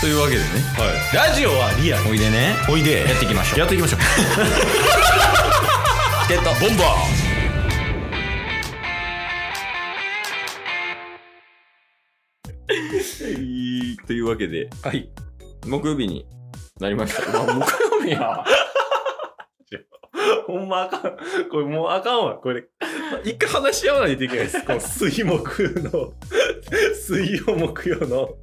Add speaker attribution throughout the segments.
Speaker 1: というわけでね
Speaker 2: ラジオはリアル
Speaker 1: おいでね
Speaker 2: おいで
Speaker 1: やっていきましょう
Speaker 2: やってい きましょう
Speaker 1: チケットボンバーというわけで
Speaker 2: はい
Speaker 1: 木曜日になりました
Speaker 2: あ木曜日や ほんまあかんこれもうあかんわこれ一回話し合わないといけないですこの 水木の 水曜木曜の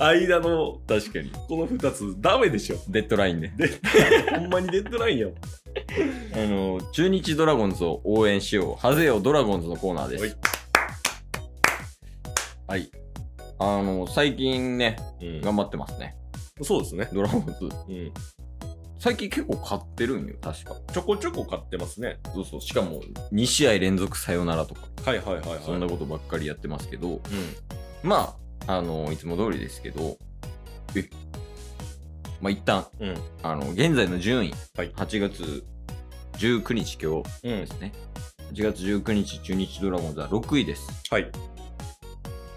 Speaker 2: 間の
Speaker 1: 確かに
Speaker 2: この2つダメでしょ
Speaker 1: デッドラインで
Speaker 2: ほんまにデッドラインやもん
Speaker 1: あの中日ドラゴンズを応援しようハゼよドラゴンズのコーナーですはいあの最近ね頑張ってますね
Speaker 2: そうですね、
Speaker 1: ドラゴンズ
Speaker 2: うん、
Speaker 1: 最近結構勝ってるんよ確か
Speaker 2: ちょこちょこ買ってますね
Speaker 1: そうそうしかも2試合連続サヨナラとか
Speaker 2: はいはいはいはい
Speaker 1: そんなことばっかりやってますけど
Speaker 2: う
Speaker 1: まああのいつも通りですけどえまあ一旦
Speaker 2: んうん
Speaker 1: あの現在の順位、
Speaker 2: はい
Speaker 1: 8月19日今日
Speaker 2: うん
Speaker 1: ですね8月19日中日ドラゴンズは6位です
Speaker 2: はい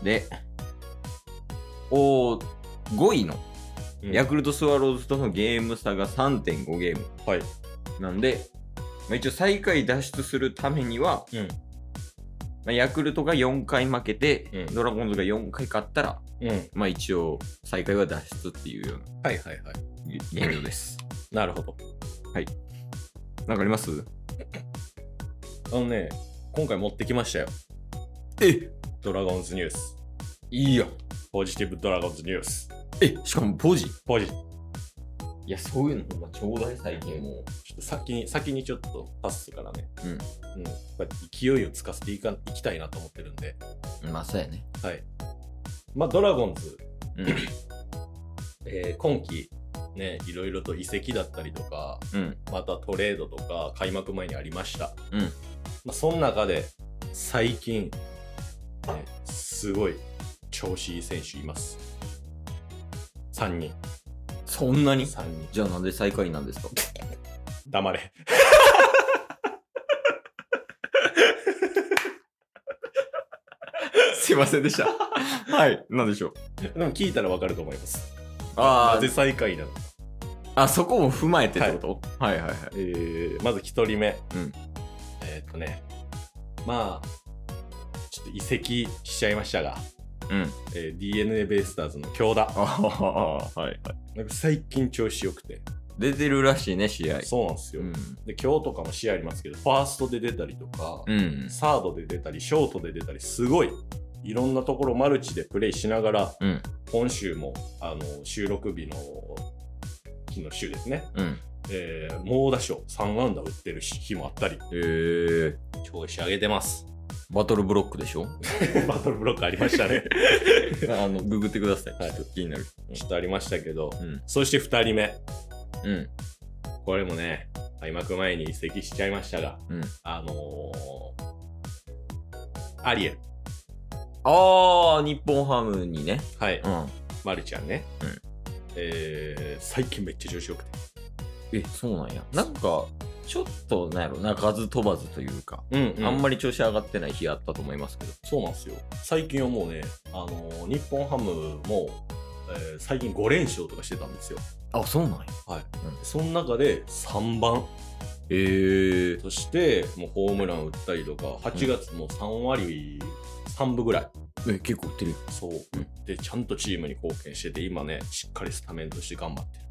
Speaker 1: で、おー5位のヤクルトスワローズとのゲーム差が3.5ゲーム。
Speaker 2: はい
Speaker 1: なんで、まあ、一応最下位脱出するためには、
Speaker 2: うん
Speaker 1: まあ、ヤクルトが4回負けて、
Speaker 2: うん
Speaker 1: ドラゴンズが4回勝ったら、
Speaker 2: うんはい
Speaker 1: まあ、一応最下位は脱出っていうような
Speaker 2: はいはい
Speaker 1: 現状 です。
Speaker 2: なるほど
Speaker 1: なんかあります
Speaker 2: あのね今回持ってきましたよ
Speaker 1: え
Speaker 2: ドラゴンズニュース
Speaker 1: いいやん。
Speaker 2: ポジティブドラゴンズニュース
Speaker 1: えしかもポジ
Speaker 2: ポジちょ
Speaker 1: いや、そういうのほんまちょうだい最近も
Speaker 2: っと先に先にちょっとパスするからね
Speaker 1: うん
Speaker 2: うんやっぱ勢いをつかせていかんいきたいなと思ってるんで
Speaker 1: う。まあ、そうやね。
Speaker 2: はいまあドラゴンズ、
Speaker 1: うん。
Speaker 2: えー今季ねいろいろと移籍だったりとか
Speaker 1: うん。
Speaker 2: またトレードとか開幕前にありました、
Speaker 1: うん
Speaker 2: まあ、その中で最近、ね、すごい調子いい選手います3人
Speaker 1: そんなに
Speaker 2: 3人
Speaker 1: じゃあなんで最下位なんですか
Speaker 2: 黙れ
Speaker 1: すいませんで した。はい。なんでしょう。
Speaker 2: でも聞いたらわかると思います
Speaker 1: あ
Speaker 2: なぜ最下位なのか、
Speaker 1: あ、あ、そこも踏まえてってこと、はい、はいはいはい
Speaker 2: えーまず1人目、
Speaker 1: うん
Speaker 2: えーっとねまあちょっと移籍しちゃいましたが、
Speaker 1: うん。
Speaker 2: え d n a ベイスターズの京田
Speaker 1: ああ、はいはい。
Speaker 2: なんか最近調子よくて、
Speaker 1: 出てるらしいね、試合。
Speaker 2: そうなんですよ、
Speaker 1: うん。
Speaker 2: で今日とかも試合ありますけどファーストで出たりとか、
Speaker 1: うん。
Speaker 2: サードで出たりショートで出たりすごいいろんなところマルチでプレイしながら
Speaker 1: うん。
Speaker 2: 今週もあの収録日の日の週ですね、
Speaker 1: うん。
Speaker 2: えー猛打賞3安打打ってる日もあったり
Speaker 1: えー、
Speaker 2: 調子上げてます
Speaker 1: バトルブロックで しょ
Speaker 2: バトルブロックありました ね
Speaker 1: あの、ググってください。
Speaker 2: はい
Speaker 1: ちょっと気になる。
Speaker 2: ちょっとありましたけど
Speaker 1: うん。
Speaker 2: そして2人目
Speaker 1: うん。
Speaker 2: これもね開幕前に移籍しちゃいましたが、
Speaker 1: うん
Speaker 2: あのーアリエル
Speaker 1: ああ、日本ハムにね。
Speaker 2: はい、
Speaker 1: うん。
Speaker 2: マルちゃんね、
Speaker 1: うん
Speaker 2: えー最近めっちゃ調子よくて
Speaker 1: え、そうなんや。なんか、ちょっと、なんやろ、鳴かず飛ばずというか、
Speaker 2: うん、
Speaker 1: あ
Speaker 2: あん
Speaker 1: ん
Speaker 2: まり
Speaker 1: まり調子上がってない日あったと思いますけど。
Speaker 2: そうなんですよ最近はもうね、あのー日本ハムも、えー最近5連勝とかしてたんですよ
Speaker 1: あ、そうなんや。
Speaker 2: その中で3番
Speaker 1: えー。
Speaker 2: そしてもうホームラン打ったりとか8月も3割3分ぐらい
Speaker 1: え、結構売ってる。
Speaker 2: そう
Speaker 1: うん
Speaker 2: 打ってちゃんとチームに貢献してて今ねしっかりスタメンとして頑張ってる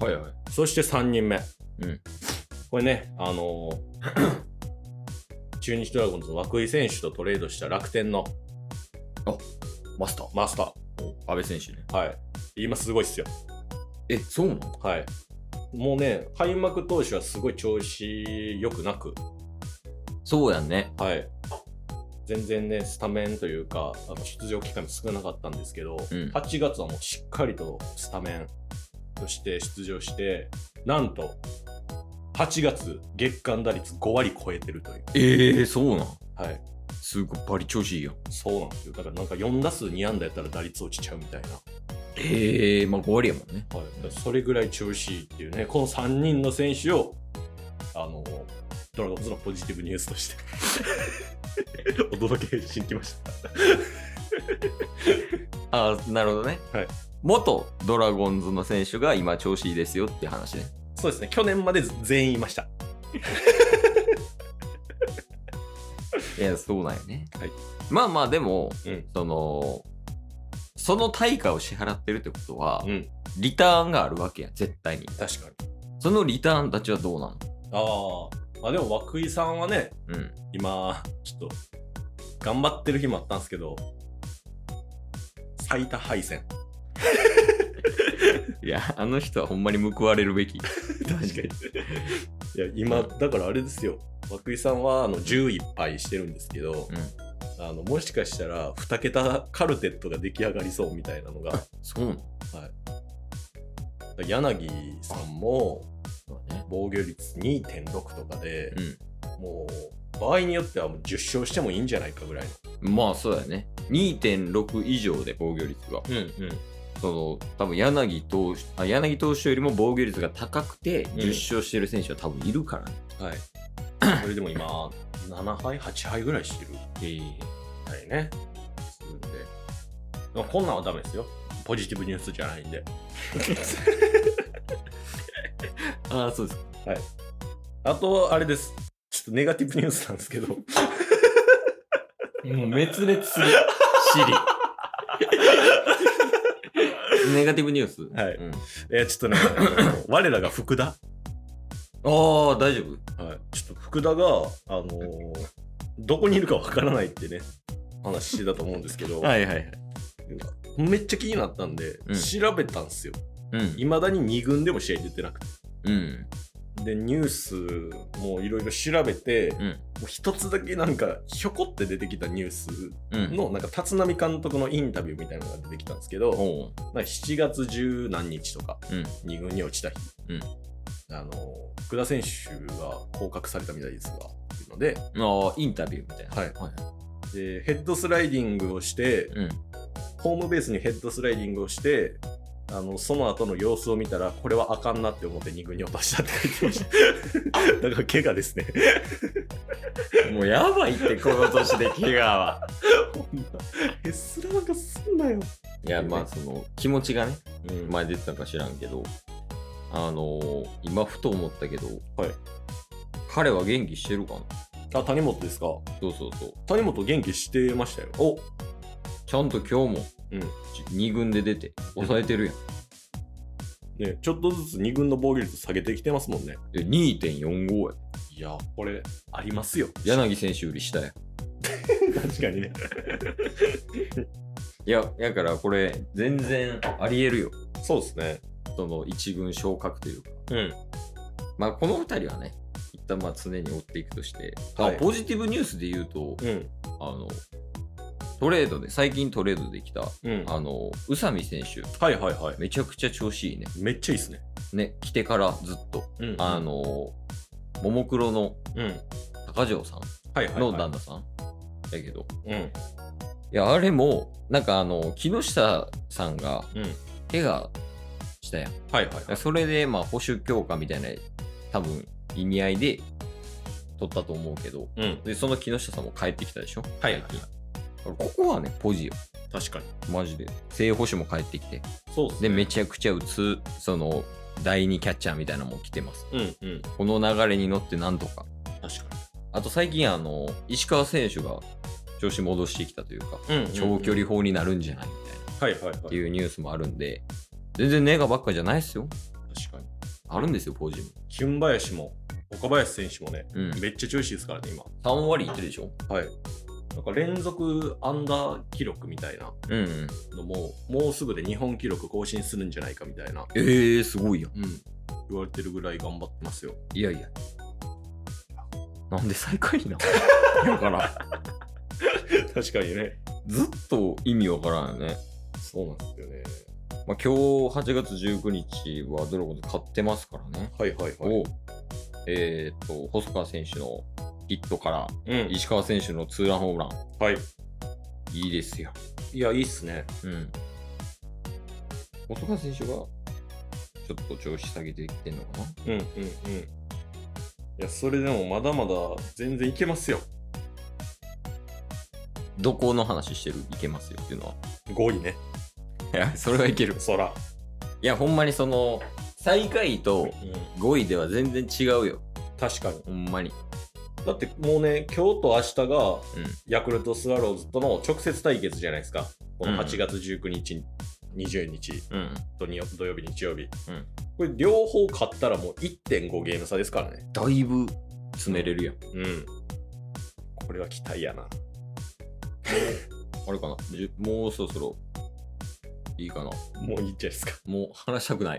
Speaker 1: はいはい。
Speaker 2: そして3人目。
Speaker 1: うん
Speaker 2: これね、あのー 中日ドラゴンズの涌井選手とトレードした楽天の
Speaker 1: マスター。
Speaker 2: マスタ
Speaker 1: 安倍選手ね。
Speaker 2: ー。はい。今すごいっすよ。
Speaker 1: え、そうなの
Speaker 2: はい。もうね、開幕投手はすごい調子良くなく、
Speaker 1: そうやんね。
Speaker 2: はい。全然ね、スタメンというか、あの出場機会も少なかったんですけど、
Speaker 1: ん
Speaker 2: 8月はもうしっかりとスタメンとして出場して、なんと、8月月間打率5割超えてるという。
Speaker 1: ええそうなん。
Speaker 2: はい。
Speaker 1: すごいバリ調子いいやん。
Speaker 2: そうなんですよ。だからなんか4打数2安打やったら打率落ちちゃうみたいな。
Speaker 1: ええまあ5割やもんね。
Speaker 2: はい、それぐらい調子いいっていうね、この3人の選手を、あの、ドラゴンズのポジティブニュースと して、お届けしに来まし
Speaker 1: ああ、なるほどね。
Speaker 2: はい。
Speaker 1: 元ドラゴンズの選手が今調子いいですよっていう話ね。
Speaker 2: そうですね、去年まで全員いました。
Speaker 1: いや、そうなんよね。
Speaker 2: はい
Speaker 1: まあまあ、でも、
Speaker 2: うん
Speaker 1: その、その対価を支払ってるってことは、
Speaker 2: うん、
Speaker 1: リターンがあるわけやん、絶対に。
Speaker 2: 確かに。
Speaker 1: そのリターンたちはどうなの
Speaker 2: ああ、まあでも、涌井さんはね、
Speaker 1: うん。
Speaker 2: 今、ちょっと、頑張ってる日もあったんですけど、最多敗戦。
Speaker 1: いや、あの人はほんまに報われるべき。確
Speaker 2: かにいや、今、だからあれですよ、涌井さんはあの11敗してるんですけど、
Speaker 1: うん。
Speaker 2: あのもしかしたら2桁カルテットが出来上がりそうみたいなのが、
Speaker 1: そうなん
Speaker 2: 柳さんも
Speaker 1: だね。
Speaker 2: 防御率2.6とかで、
Speaker 1: うん。
Speaker 2: もう場合によってはもう10勝してもいいんじゃないかぐらいの。
Speaker 1: まあそうだよね。2.6以上で防御率が。
Speaker 2: うんうん。
Speaker 1: その、多分柳投手、あ柳投手よりも防御率が高くて、
Speaker 2: ん
Speaker 1: 10勝してる選手は多分いるからね。
Speaker 2: はい。それでも今、7敗、8敗ぐらいしてる。
Speaker 1: え
Speaker 2: はいね。するんで。まあこんなんはダメですよ。ポジティブニュースじゃないんで。
Speaker 1: ああ、そうです。
Speaker 2: あと、あれです。ちょっとネガティブニュースなんですけ ど。
Speaker 1: もう滅裂する。シ リ。ネガティブニュース。
Speaker 2: はい
Speaker 1: うん、あ
Speaker 2: えーちょっとね、あの我らが福田。
Speaker 1: あ、大丈夫。
Speaker 2: はい。ちょっと福田が、あのーどこにいるかわからないってね、話してたと思うんですけど、
Speaker 1: いはいはい。
Speaker 2: めっちゃ気になったんで、
Speaker 1: うん
Speaker 2: 調べたんですよ。
Speaker 1: うん。
Speaker 2: いまだに2軍でも試合出てなくて。
Speaker 1: うん。
Speaker 2: で、ニュースもいろいろ調べて、も
Speaker 1: うん。
Speaker 2: う一つだけなんか、ひょこって出てきたニュース
Speaker 1: うん。
Speaker 2: の、なんか、立浪監督のインタビューみたいなのが出てきたんですけど、
Speaker 1: おう
Speaker 2: なんか7月十何日とか、
Speaker 1: うん
Speaker 2: 2軍に落ちた日、
Speaker 1: うん
Speaker 2: あの、福田選手が降格されたみたいですが、っていうので、
Speaker 1: ああ、インタビューみたいな。
Speaker 2: はい
Speaker 1: はい
Speaker 2: でヘッドスライディングをして、
Speaker 1: うん。
Speaker 2: ホームベースにヘッドスライディングをして、あのその後の様子を見たら、これはあかんなって思って2軍に落としたって書いてました。 だから、怪我ですね。
Speaker 1: もうやばいって、この年で怪我は。
Speaker 2: へっすらなんかすんなよ。
Speaker 1: いや、まあ、その、気持ちがね、
Speaker 2: うん
Speaker 1: 前出てたか知らんけど、あのー、今、ふと思ったけど、
Speaker 2: はい
Speaker 1: 彼は元気してるかな
Speaker 2: あ、谷本ですか。
Speaker 1: そうそうそう。
Speaker 2: 谷本元気してましたよ。
Speaker 1: おちゃんと今日も、
Speaker 2: うん
Speaker 1: 2軍で出て、抑えてるやん。
Speaker 2: ね、ちょっとずつ2軍の防御率下げてきてますもんね。
Speaker 1: で2.45や。
Speaker 2: いや、これ、ありますよ。
Speaker 1: 柳選手より下や。
Speaker 2: 確かにね。
Speaker 1: いや、だからこれ、全然ありえるよ。
Speaker 2: そうですね。
Speaker 1: その、1軍昇格というか。
Speaker 2: うん。
Speaker 1: まあ、この2人はね、一旦まあ常に追っていくとして、
Speaker 2: はい
Speaker 1: あポジティブニュースで言うと、
Speaker 2: うん。
Speaker 1: あの、トレードで、最近トレードできた、
Speaker 2: うん。
Speaker 1: あの、宇佐美選手、
Speaker 2: はいはいはい。
Speaker 1: めちゃくちゃ調子いいね。
Speaker 2: めっちゃいいですね。
Speaker 1: ね、来てからずっと。
Speaker 2: うん
Speaker 1: あ、の、ももクロの
Speaker 2: うん。
Speaker 1: 高城さん
Speaker 2: はいはい、はい。
Speaker 1: の旦那さんだけど、
Speaker 2: うん。
Speaker 1: いや、あれも、なんかあの、木下さんが
Speaker 2: うん。
Speaker 1: 怪我したやん。だか
Speaker 2: はいはいは
Speaker 1: ら
Speaker 2: い。
Speaker 1: それで、まあ、保守強化みたいな、多分、意味合いで取ったと思うけど、
Speaker 2: うん。
Speaker 1: で、その木下さんも帰ってきたでしょ
Speaker 2: はいはいはい
Speaker 1: 最近ここはね、ポジよ。
Speaker 2: 確かに。
Speaker 1: マジで。正捕手も帰ってきて。
Speaker 2: そうです
Speaker 1: で、
Speaker 2: ね。
Speaker 1: めちゃくちゃ打つ、その、第2キャッチャーみたいなのも来てます。
Speaker 2: うんうん。
Speaker 1: この流れに乗ってなんとか。
Speaker 2: 確か
Speaker 1: あと最近、あの、石川選手が調子戻してきたというか、
Speaker 2: に。うん
Speaker 1: 長距離。砲になるんじゃないみたいな、
Speaker 2: はいはいはい。
Speaker 1: っていうニュースもあるんで、全然ネガばっかじゃないですよ。
Speaker 2: 確かに。
Speaker 1: あるんですよ、ポジも。
Speaker 2: 俊林も、岡林選手もね、
Speaker 1: うん。
Speaker 2: めっちゃ調子いいですからね、今。
Speaker 1: 3割いってるでしょ
Speaker 2: はい。なんか連続アンダー記録みたいな
Speaker 1: うんうん。
Speaker 2: のも、もうすぐで日本記録更新するんじゃないかみたいな、
Speaker 1: えー、すごいやん。
Speaker 2: うん。言われてるぐらい頑張ってますよ。
Speaker 1: いやいや。なんで最下位なのだから、
Speaker 2: 確かにね。
Speaker 1: ずっと意味わからんよね。
Speaker 2: そうなんですよね。
Speaker 1: まあ、今日8月19日はドラゴンズ勝ってますからね。
Speaker 2: はいはいはい。
Speaker 1: を、えーっと、細川選手のヒットから、
Speaker 2: うん
Speaker 1: 石川選手のツーランホームラン、
Speaker 2: はい。
Speaker 1: いいですよ。
Speaker 2: いや、いいっすね。
Speaker 1: うん。細川選手が、ちょっと調子下げてきてんのかな
Speaker 2: うんうんうん。いや、それでもまだまだ全然いけますよ。
Speaker 1: どこの話してるいけますよっていうのは。
Speaker 2: 5位ね。
Speaker 1: やそれはいける。
Speaker 2: そら。
Speaker 1: いや、ほんまにその、最下位と
Speaker 2: うん
Speaker 1: 5位では全然違うよ。
Speaker 2: 確かに。
Speaker 1: ほんまに。
Speaker 2: だってもうね、今日と明日が
Speaker 1: うん、
Speaker 2: ヤクルトスワローズとの直接対決じゃないですか。こ
Speaker 1: うん
Speaker 2: の8月19日、20日、
Speaker 1: うん。
Speaker 2: 土に土曜日、日曜日。
Speaker 1: うん
Speaker 2: これ両方勝ったらもう1.5ゲーム差ですからね。
Speaker 1: だいぶ詰めれるやん。
Speaker 2: うん。これは期待やな。
Speaker 1: あれかなじゅもうそろそろいいかな
Speaker 2: もういいんじゃないですか。
Speaker 1: もう話したくない。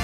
Speaker 3: す